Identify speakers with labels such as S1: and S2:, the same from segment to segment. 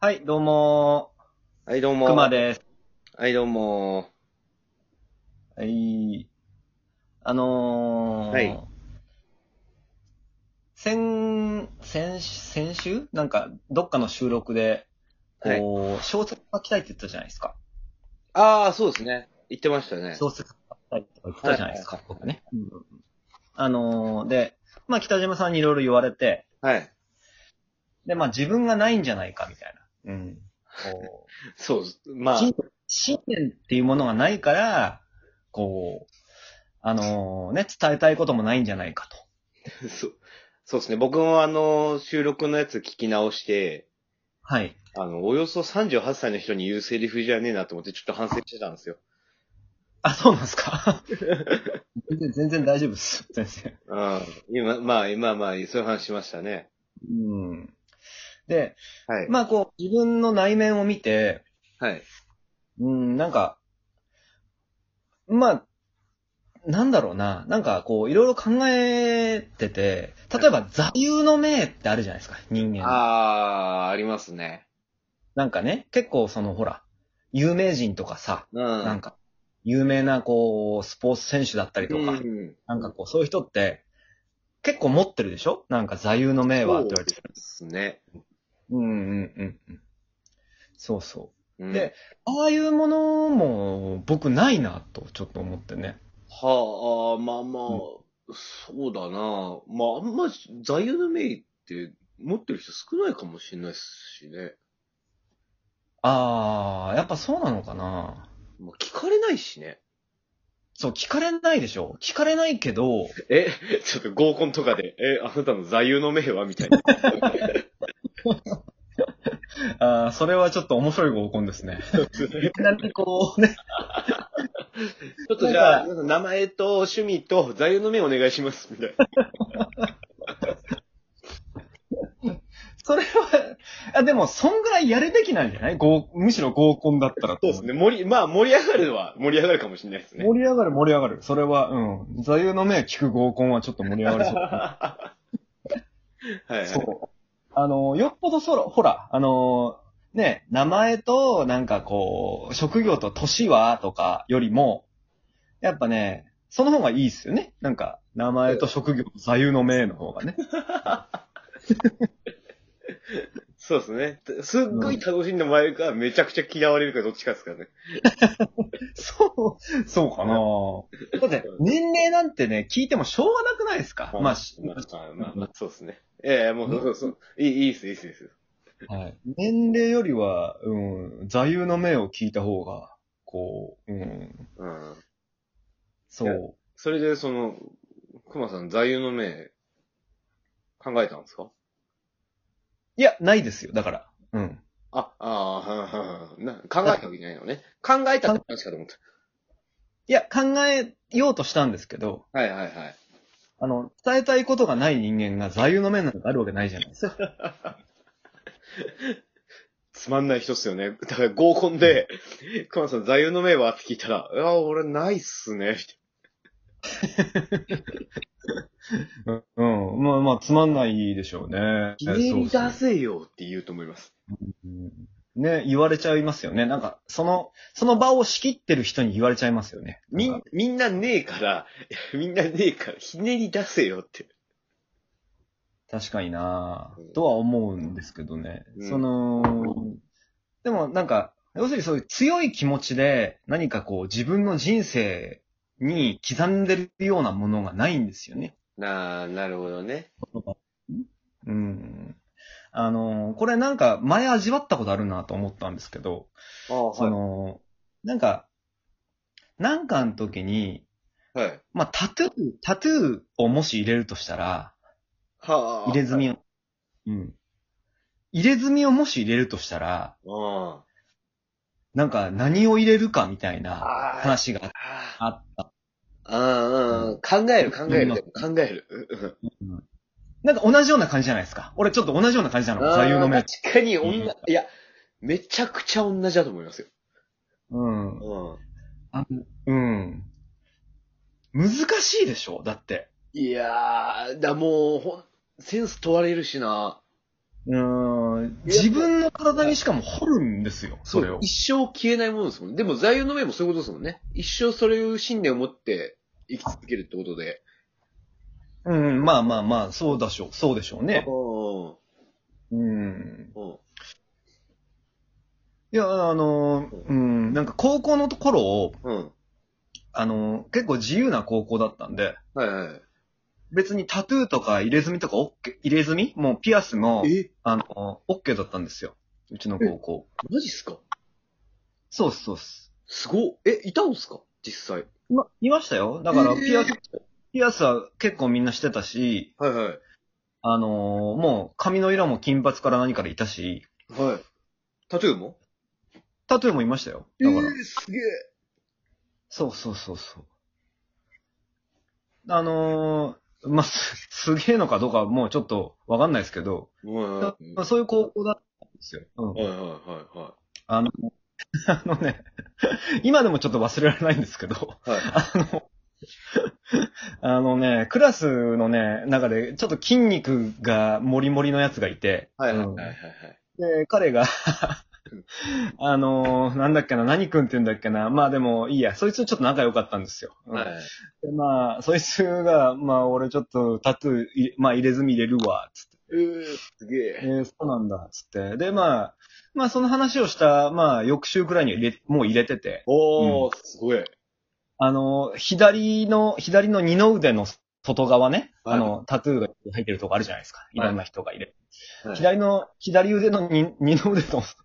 S1: はい、どうも
S2: はい、どう
S1: ー、
S2: も。
S1: くまです。
S2: はい、どうも。
S1: はい。あのー、
S2: はい。
S1: 先、先、先週なんか、どっかの収録で、
S2: はい
S1: こう、小説書きたいって言ったじゃないですか。
S2: ああ、そうですね。言ってましたね。
S1: 小説書きたいって言ったじゃないですか、
S2: はい
S1: 僕ね。うんあのー、で、まあ、北島さんにいろいろ言われて、
S2: はい。
S1: で、まあ、自分がないんじゃないか、みたいな。うん。こう
S2: そう、まあ、
S1: 信信念っていうものがないから、こう、あのね、伝えたいこともないんじゃないかと。
S2: そうそうですね。僕もあの、収録のやつ聞き直して、
S1: はい。
S2: あの、およそ38歳の人に言うセリフじゃねえなと思ってちょっと反省してたんですよ。
S1: あ、そうなんですか全然、全然大丈夫です。全然。
S2: うん。今、まあ、今、まあ、そういう話しましたね。
S1: うん。で、
S2: はい。
S1: まあこう、自分の内面を見て、
S2: はい。
S1: うん、なんか、まあ、なんだろうな。なんかこう、いろいろ考えてて、例えば座右の銘ってあるじゃないですか、人間の。
S2: ああー、ありますね。
S1: なんかね、結構そのほら、有名人とかさ、
S2: うん。
S1: なんか、有名なこう、スポーツ選手だったりとか、
S2: うん。
S1: なんかこう、そういう人って、結構持ってるでしょなんか座右の銘はって言われてる。
S2: ですね。
S1: うんうんうんうん。そうそ
S2: うん
S1: う。で、、ああいうものも僕ないなとちょっと思ってね。
S2: はあ、まあまあ、
S1: うん
S2: そうだな。まあ、あんま、座右の銘って持ってる人少ないかもしれないしね。
S1: ああ、やっぱそうなのかな
S2: まあ、聞かれないしね。
S1: そう、聞かれないでしょ聞かれないけど、
S2: え、ちょっと合コンとかで、え、あなたの座右の銘はみ たいな。
S1: ああ、それはちょっと面白い合コンですね。いきなりこう ね、
S2: ちょっとじゃあ、名前と趣味と座右の銘お願いします、みたいな。
S1: それは、あ、でも、そんぐらいやるべきなんじゃない合むしろ合コンだったら。
S2: そうですね。。盛り、まあ、盛り上がるは盛り上がるかもしれないですね。
S1: 盛り上がる盛り上がる。それは、うん。座右の銘聞く合コンはちょっと盛り上がりそう
S2: はい、は い。
S1: そう。あの、よっぽどそら、ほら、あの、ね、名前と、なんかこう、職業と年はとかよりも、やっぱね、その方がいいっすよね。なんか、名前と職業と座右の銘の方がね。
S2: そうですね。すっごい楽しんでもらえるか、めちゃくちゃ嫌われるか、どっちかですからね。
S1: そう、そうかなだって、年齢なんてね、聞いてもしょうがなくないですか。まあ、し
S2: まあ、まあ、まあ、そうですね。ええもう、そうそう。いい、いいっす、いいっす、いいっす。
S1: はい。年齢よりは、うん、座右の銘を聞いた方が、こう、うん、
S2: うん。
S1: そ。
S2: いうそれで、その、熊さん、座右の銘、考えたんですか
S1: いや、ないですよ、だから。うん。
S2: あ、ああ、 な考えたわけじゃないのね。考えたって話かと思った。
S1: いや、考えようとしたんですけど、
S2: はいはいはい。
S1: あの、伝えたいことがない人間が座右の銘なんかあるわけないじゃないですか。
S2: つまんない人っすよね。 だから合コンで、 熊さん、座右の銘はって聞いたら、いや、俺ないっすね。
S1: うん。まあまあ、つまんないでしょうね。
S2: ひねり
S1: そう
S2: 出せよって言うと思います。
S1: そううんね、言われちゃいますよね。なんか、その、その場を仕切ってる人に言われちゃいますよね。
S2: み
S1: なん
S2: ん
S1: か、
S2: みんなねえから、 いやみんなねえから、ひねり出せよって。
S1: 確かになぁとは思うんですけどね。
S2: うん
S1: その、でもなんか、要するにそういう強い気持ちで何かこう自分の人生に刻んでるようなものがないんですよね。
S2: なあ、なるほどね。
S1: うん。あの、これなんか前味わったことあるなと思ったんですけど、
S2: あ
S1: そ
S2: あ、はい。
S1: の、なんか、なんかの時に、
S2: はい。
S1: まあ、タトゥー、タトゥーをもし入れるとしたら、
S2: はあ。
S1: 入れ墨を、うん。入れ墨をもし入れるとしたら、
S2: あ
S1: なんか何を入れるかみたいな
S2: あー
S1: 話が
S2: あ。
S1: あった。
S2: ああ、考える、考える、考える。
S1: なんか同じような感じじゃないですか。俺ちょっと同じような 感じなの。座右の
S2: あー
S1: 銘。
S2: 確かに、女、いや、めちゃくちゃ同じだと思いますよ。
S1: うん。
S2: うん。
S1: あのうん。難しいでしょだって。
S2: いやー、だ、もう、ほん、センス問われるしな。
S1: うーん。の、自分の体にしかも掘るんですよ、それを。
S2: 一生消えないものですもん。でも、座右の銘もそういうことですもんね。一生それを信念を持って生き続けるってことで。
S1: うん、まあまあまあ、そうだしょう、そうでしょうね。
S2: うん
S1: うん。
S2: うん
S1: いや、あの、うん、なんか高校の頃、
S2: うん。
S1: あの、結構自由な高校だったんで、
S2: はいはい。
S1: 別にタトゥーとか入れ墨とかオッケー、入れ墨もうピアスも、
S2: え
S1: あの、オッケーだったんですよ。うちの高校。
S2: マジっすか
S1: そうっす、そうっす。
S2: すごっえ、いたんすか実際。
S1: ま、いましたよ。だから、
S2: えー
S1: ピアス、ピアスは結構みんなしてたし、
S2: はいはい。
S1: あのーもう髪の色も金髪から何からいたし、
S2: はい。タトゥーも
S1: タトゥーもいましたよ。だから。
S2: ー、すげえ。
S1: そうそうそうそう。あのーまあ、す、 すげえのかどうかはもうちょっとわかんないですけど、ま
S2: はい
S1: あ、そういう高校だったんですよ。うん。
S2: はいはいは
S1: あの、 あのね、 今でもちょっと忘れられないんですけど、
S2: い。はい。
S1: あの、あのね、クラスのね、中でちょっと筋肉がモリモリのやつがいて、
S2: はいはい
S1: うん
S2: はいはい。
S1: で、彼が
S2: うん、
S1: あのーなんだっけな、何君って言うんだっけな。まあでも、いいや、そいつとちょっと仲良かったんですよ。うん
S2: はい。
S1: でまあ、そいつが、まあ、俺ちょっとタトゥーい、まあ、入れ墨入れるわ、つって。
S2: えー、すげ
S1: え。ーそうなんだ、つって。で、まあ、まあ、その話をした、まあ、翌週くらいには入れ、もう入れてて、
S2: おー、すごい。
S1: あのー左の、左の二の腕の外側ね、
S2: はい
S1: あの、タトゥーが入ってるとこあるじゃないですか。いろんな人が入れ
S2: はい
S1: 左の、左腕のに二の腕の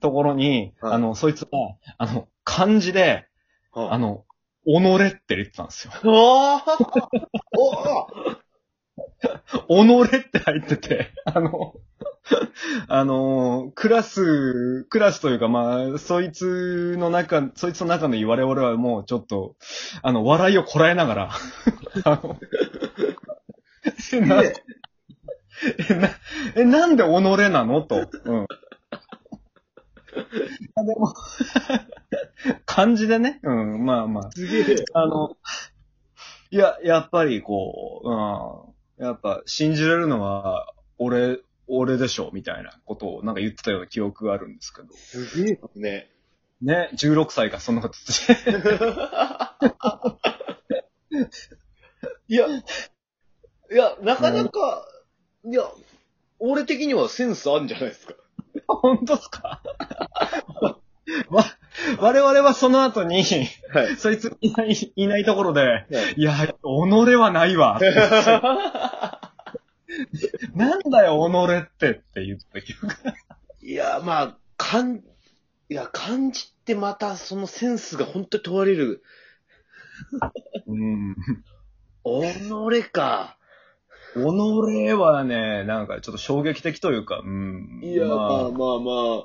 S1: ところに、
S2: はい
S1: あの、そいつが、あの、漢字で、
S2: は
S1: あ、の、己って言ってたんですよ。
S2: おーおー
S1: 己って入ってて、あの、あの、クラス、クラスというか、まあ、そいつの中、そいつの中の言われ俺はもうちょっと、あの、笑いをこらえながら、あの、え、な、
S2: ね
S1: え、な、え、なんで己なのと。うん。あでも、漢字でね。うん、まあまあ。
S2: すげえ。
S1: あの、いや、やっぱりこう、うん、やっぱ信じれるのは、俺、俺でしょ、みたいなことをなんか言ってたような記憶があるんですけど。
S2: すげえ ね。
S1: ね、16歳がそんなこと言ってて。
S2: いや、いや、なかなか、いや、俺的にはセンスあるんじゃないですか。
S1: 本当っすか わ、我々はその後に、
S2: はい。
S1: そいついない、いないところで、いや、己はないわ。なんだよ、己ってって言った記憶。
S2: いや、まあ、かん、いや、漢字ってまたそのセンスが本当に問われる。
S1: うん。
S2: 己か。
S1: 己はね、なんかちょっと衝撃的というか、うん。
S2: いや、ま
S1: ま
S2: あ
S1: あ、
S2: まあま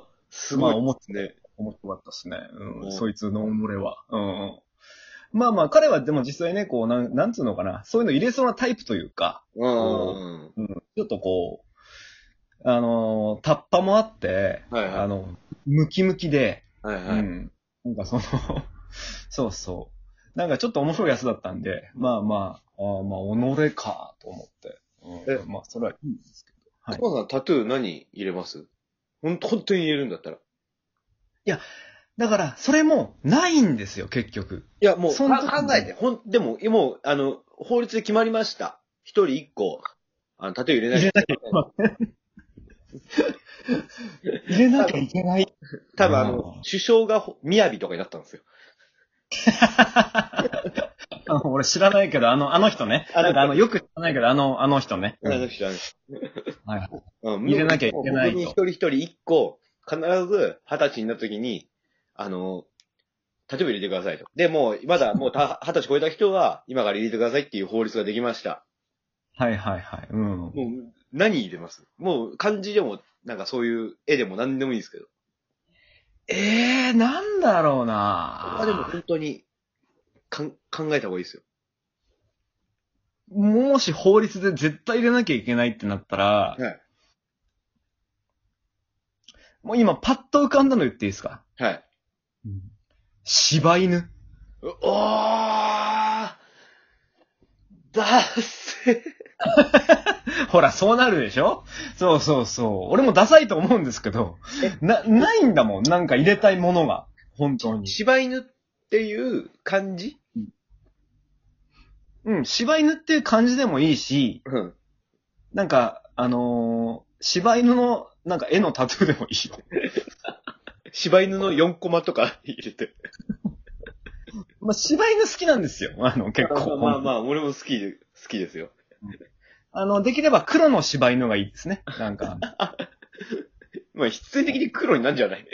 S2: あ、す
S1: ま
S2: ご
S1: あ
S2: い
S1: 思っ
S2: ですね。
S1: 面白かったですね。う。
S2: うんん
S1: そいつの己は。うん。まあまあ、彼はでも実際ね、こう、なん、なんつうのかな。そういうの入れそうなタイプというか、
S2: うん。
S1: ちょっとこう、あのー、タッパもあって、
S2: はいはい
S1: あの、ムキムキで、
S2: はいは
S1: う
S2: い。
S1: ん。なんかその、 そうそう。なんかちょっと面白いやつだったんで、まあまあ、ああまあ、己か、と思って。うん、まあ、それはいいんですけど。はい
S2: トマさん、タトゥー何入れますほんと、本当に入れるんだったら。い
S1: だから、それも、ないんですよ、結局。
S2: や、もう、
S1: そん
S2: か
S1: な
S2: 考えて。ほん、でも、もう、あの、法律で決まりました。一人一個、あの、タトゥー入れない。
S1: 入れなきゃいけない。 入れなきゃいけない。
S2: 多分、あ
S1: う
S2: の
S1: ん、
S2: 首相がほ、雅とかになったんですよ。
S1: あの 俺知らないけど、あの、あの人ね。
S2: あ
S1: なんかあの、よく知らないけど、あの、あの人ね。
S2: あの人あの
S1: はいはい
S2: うん
S1: 入れなきゃいけないと
S2: もう僕に一人一人一個、必ず二十歳になった時に、あの、例えば入れてくださいと。で、もう、まだも うた二十歳超えた人は、今から入れてくださいっていう法律ができました。
S1: はいはいはい。うん。
S2: もう、何入れますもう、漢字でも、なんかそういう絵でも何でもいいですけど。
S1: ええー、なんだろうな
S2: あでも本当に、かん、考えた方がいいですよ。
S1: もし法律で絶対入れなきゃいけないってなったら、
S2: はい
S1: もう今パッと浮かんだの言っていいですか
S2: はい。
S1: 柴犬。
S2: うおーだっせ
S1: ほら、そうなるでしょそうそうそう。俺もダサいと思うんですけど、な、ないんだもん。なんか入れたいものが。本当に。
S2: 柴犬っていう漢字
S1: うん、柴犬っていう感じでもいいし、
S2: うん。
S1: なんか、あのー柴犬の、なんか絵のタトゥーでもいいよ。
S2: 柴犬の4コマとか入れて。
S1: まあ、柴犬好きなんですよ。あの、結構。
S2: まあまあ、俺も好きで、好きですよ。
S1: あの、できれば黒の柴犬がいいですね。なんか。
S2: まあ、必然的に黒になるんじゃない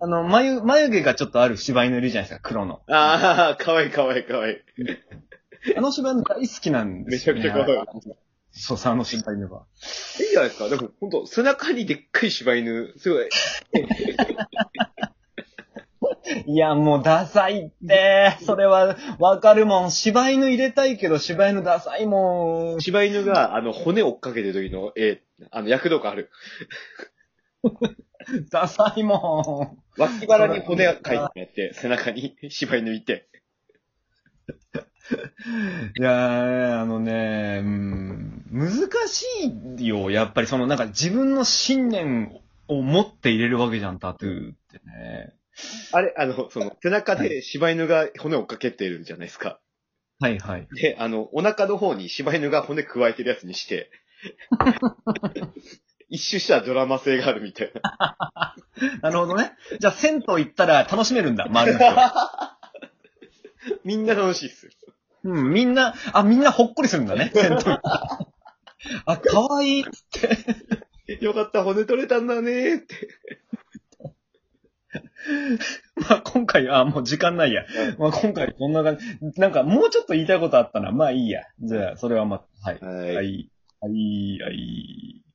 S1: あの、眉、眉毛がちょっとある柴犬いるじゃないですか、黒の。
S2: ああ、かわいいかわいいかわいい。
S1: あの柴犬大好きなんですよ、ね。
S2: めちゃくちゃ可愛い
S1: そうそう、あの柴犬は。
S2: いいじゃないですか。でも、本当背中にでっかい柴犬、すごい。
S1: いや、もうダサいって。それはわかるもん。柴犬入れたいけど、柴犬ダサいもん。
S2: 柴犬が、あの、骨追っかけてる時の絵、あの、躍動感ある。
S1: ダサいもん。
S2: 脇腹に骨が書いてあって、背中に柴犬いて。
S1: いやー、あのね、うん、難しいよ。やっぱりその、なんか自分の信念を持って入れるわけじゃん、タトゥーってね。
S2: あれ、あの、その、背中で柴犬が骨追っかけてるじゃないですか。
S1: はいはい。
S2: で、あの、お腹の方に柴犬が骨加えてるやつにして、一周したらドラマ性があるみたいな。
S1: なるほどね。じゃあ、銭湯行ったら楽しめ るんだ、周りの人。
S2: みんな楽しいっすよ。
S1: うん、みんな、あ、みんなほっこりするんだね、銭湯行ったら。 あ、かわいいっつって。
S2: よかった、骨取れたんだねーって。
S1: まあ、今回、あ、もう時間ないや。 まあ、今回こんな感じ。なんか、もうちょっと言いたいことあったな。まあ、いいや。じゃあ、それはまた、はい。
S2: は
S1: はい。はい。はい。